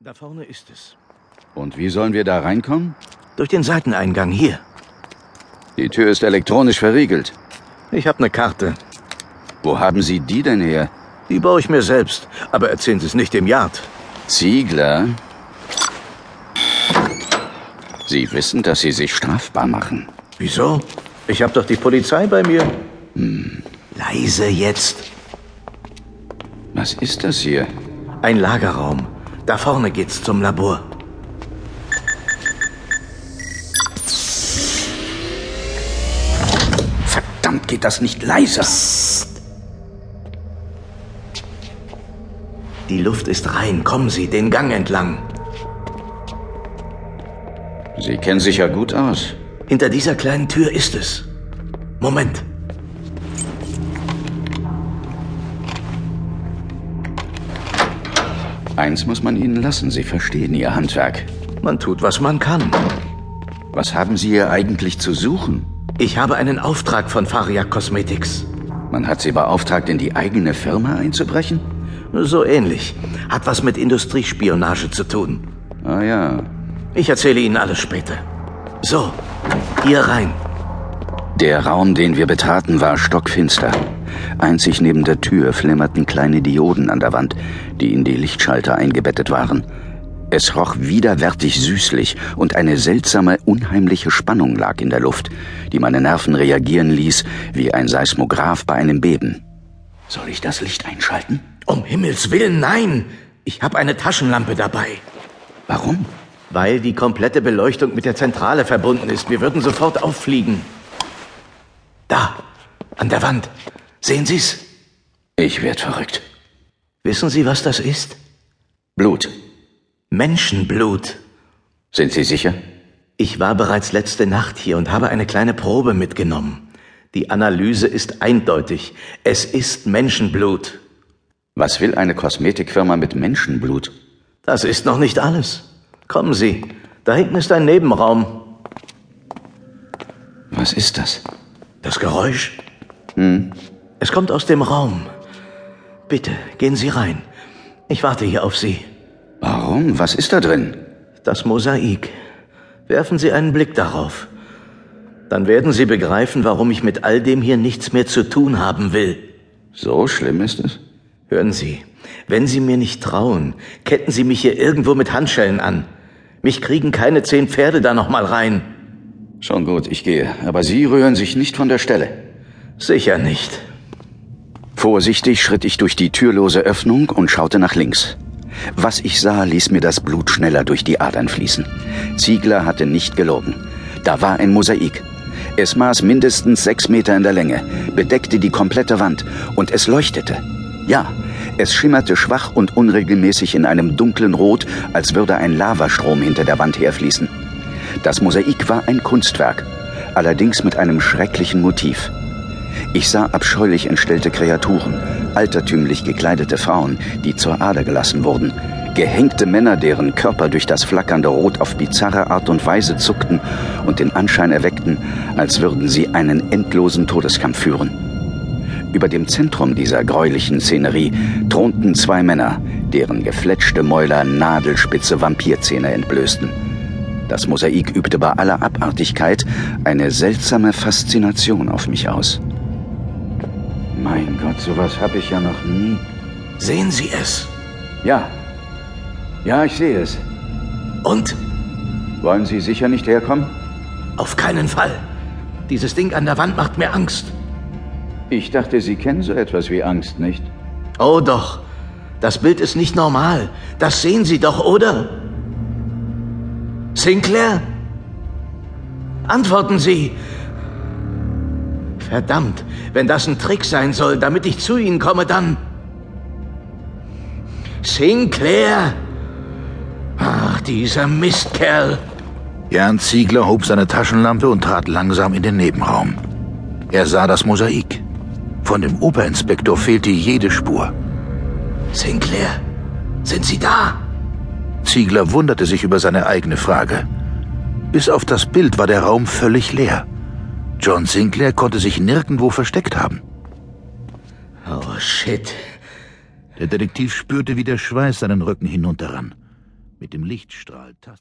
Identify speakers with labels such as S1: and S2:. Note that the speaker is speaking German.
S1: Da vorne ist es.
S2: Und wie sollen wir da reinkommen?
S1: Durch den Seiteneingang hier.
S2: Die Tür ist elektronisch verriegelt.
S1: Ich habe eine Karte.
S2: Wo haben Sie die denn her?
S1: Die baue ich mir selbst. Aber erzählen Sie es nicht dem Yard.
S2: Ziegler? Sie wissen, dass Sie sich strafbar machen.
S1: Wieso? Ich habe doch die Polizei bei mir. Hm, Leise jetzt.
S2: Was ist das hier?
S1: Ein Lagerraum. Da vorne geht's zum Labor.
S2: Verdammt, geht das nicht leiser.
S1: Die Luft ist rein. Kommen Sie den Gang entlang.
S2: Sie kennen sich ja gut aus.
S1: Hinter dieser kleinen Tür ist es. Moment.
S2: Eins muss man Ihnen lassen, Sie verstehen Ihr Handwerk.
S1: Man tut, was man kann.
S2: Was haben Sie hier eigentlich zu suchen?
S1: Ich habe einen Auftrag von Faria Cosmetics.
S2: Man hat Sie beauftragt, in die eigene Firma einzubrechen?
S1: So ähnlich. Hat was mit Industriespionage zu tun.
S2: Ah ja.
S1: Ich erzähle Ihnen alles später. So, hier rein.
S2: Der Raum, den wir betraten, war stockfinster. Einzig neben der Tür flimmerten kleine Dioden an der Wand, die in die Lichtschalter eingebettet waren. Es roch widerwärtig süßlich und eine seltsame, unheimliche Spannung lag in der Luft, die meine Nerven reagieren ließ wie ein Seismograph bei einem Beben. Soll ich das Licht einschalten?
S1: Um Himmels Willen, nein! Ich habe eine Taschenlampe dabei.
S2: Warum?
S1: Weil die komplette Beleuchtung mit der Zentrale verbunden ist. Wir würden sofort auffliegen. Da, an der Wand. Sehen Sie's?
S2: Ich werd verrückt.
S1: Wissen Sie, was das ist?
S2: Blut.
S1: Menschenblut.
S2: Sind Sie sicher?
S1: Ich war bereits letzte Nacht hier und habe eine kleine Probe mitgenommen. Die Analyse ist eindeutig. Es ist Menschenblut.
S2: Was will eine Kosmetikfirma mit Menschenblut?
S1: Das ist noch nicht alles. Kommen Sie, da hinten ist ein Nebenraum.
S2: Was ist das?
S1: Das Geräusch? Hm. Es kommt aus dem Raum. Bitte, gehen Sie rein. Ich warte hier auf Sie.
S2: Warum? Was ist da drin?
S1: Das Mosaik. Werfen Sie einen Blick darauf. Dann werden Sie begreifen, warum ich mit all dem hier nichts mehr zu tun haben will.
S2: So schlimm ist es?
S1: Hören Sie, wenn Sie mir nicht trauen, ketten Sie mich hier irgendwo mit Handschellen an. Mich kriegen keine zehn Pferde da nochmal rein.
S2: Schon gut, ich gehe. Aber Sie rühren sich nicht von der Stelle.
S1: Sicher nicht.
S2: Vorsichtig schritt ich durch die türlose Öffnung und schaute nach links. Was ich sah, ließ mir das Blut schneller durch die Adern fließen. Ziegler hatte nicht gelogen. Da war ein Mosaik. Es maß mindestens sechs Meter in der Länge, bedeckte die komplette Wand und es leuchtete. Ja, es schimmerte schwach und unregelmäßig in einem dunklen Rot, als würde ein Lavastrom hinter der Wand herfließen. Das Mosaik war ein Kunstwerk, allerdings mit einem schrecklichen Motiv. Ich sah abscheulich entstellte Kreaturen, altertümlich gekleidete Frauen, die zur Ader gelassen wurden, gehängte Männer, deren Körper durch das flackernde Rot auf bizarre Art und Weise zuckten und den Anschein erweckten, als würden sie einen endlosen Todeskampf führen. Über dem Zentrum dieser greulichen Szenerie thronten zwei Männer, deren gefletschte Mäuler nadelspitze Vampirzähne entblößten. Das Mosaik übte bei aller Abartigkeit eine seltsame Faszination auf mich aus. Mein Gott, sowas habe ich ja noch nie.
S1: Sehen Sie es.
S2: Ja. Ja, ich sehe es.
S1: Und?
S2: Wollen Sie sicher nicht herkommen?
S1: Auf keinen Fall. Dieses Ding an der Wand macht mir Angst.
S2: Ich dachte, Sie kennen so etwas wie Angst, nicht?
S1: Oh doch, das Bild ist nicht normal. Das sehen Sie doch, oder? Sinclair? Antworten Sie! Verdammt, wenn das ein Trick sein soll, damit ich zu Ihnen komme, dann... Sinclair! Ach, dieser Mistkerl!
S3: Jan Ziegler hob seine Taschenlampe und trat langsam in den Nebenraum. Er sah das Mosaik. Von dem Oberinspektor fehlte jede Spur.
S1: Sinclair, sind Sie da?
S3: Ziegler wunderte sich über seine eigene Frage. Bis auf das Bild war der Raum völlig leer. John Sinclair konnte sich nirgendwo versteckt haben.
S1: Oh, shit.
S3: Der Detektiv spürte, wie der Schweiß seinen Rücken hinunterrann. Mit dem Lichtstrahl tast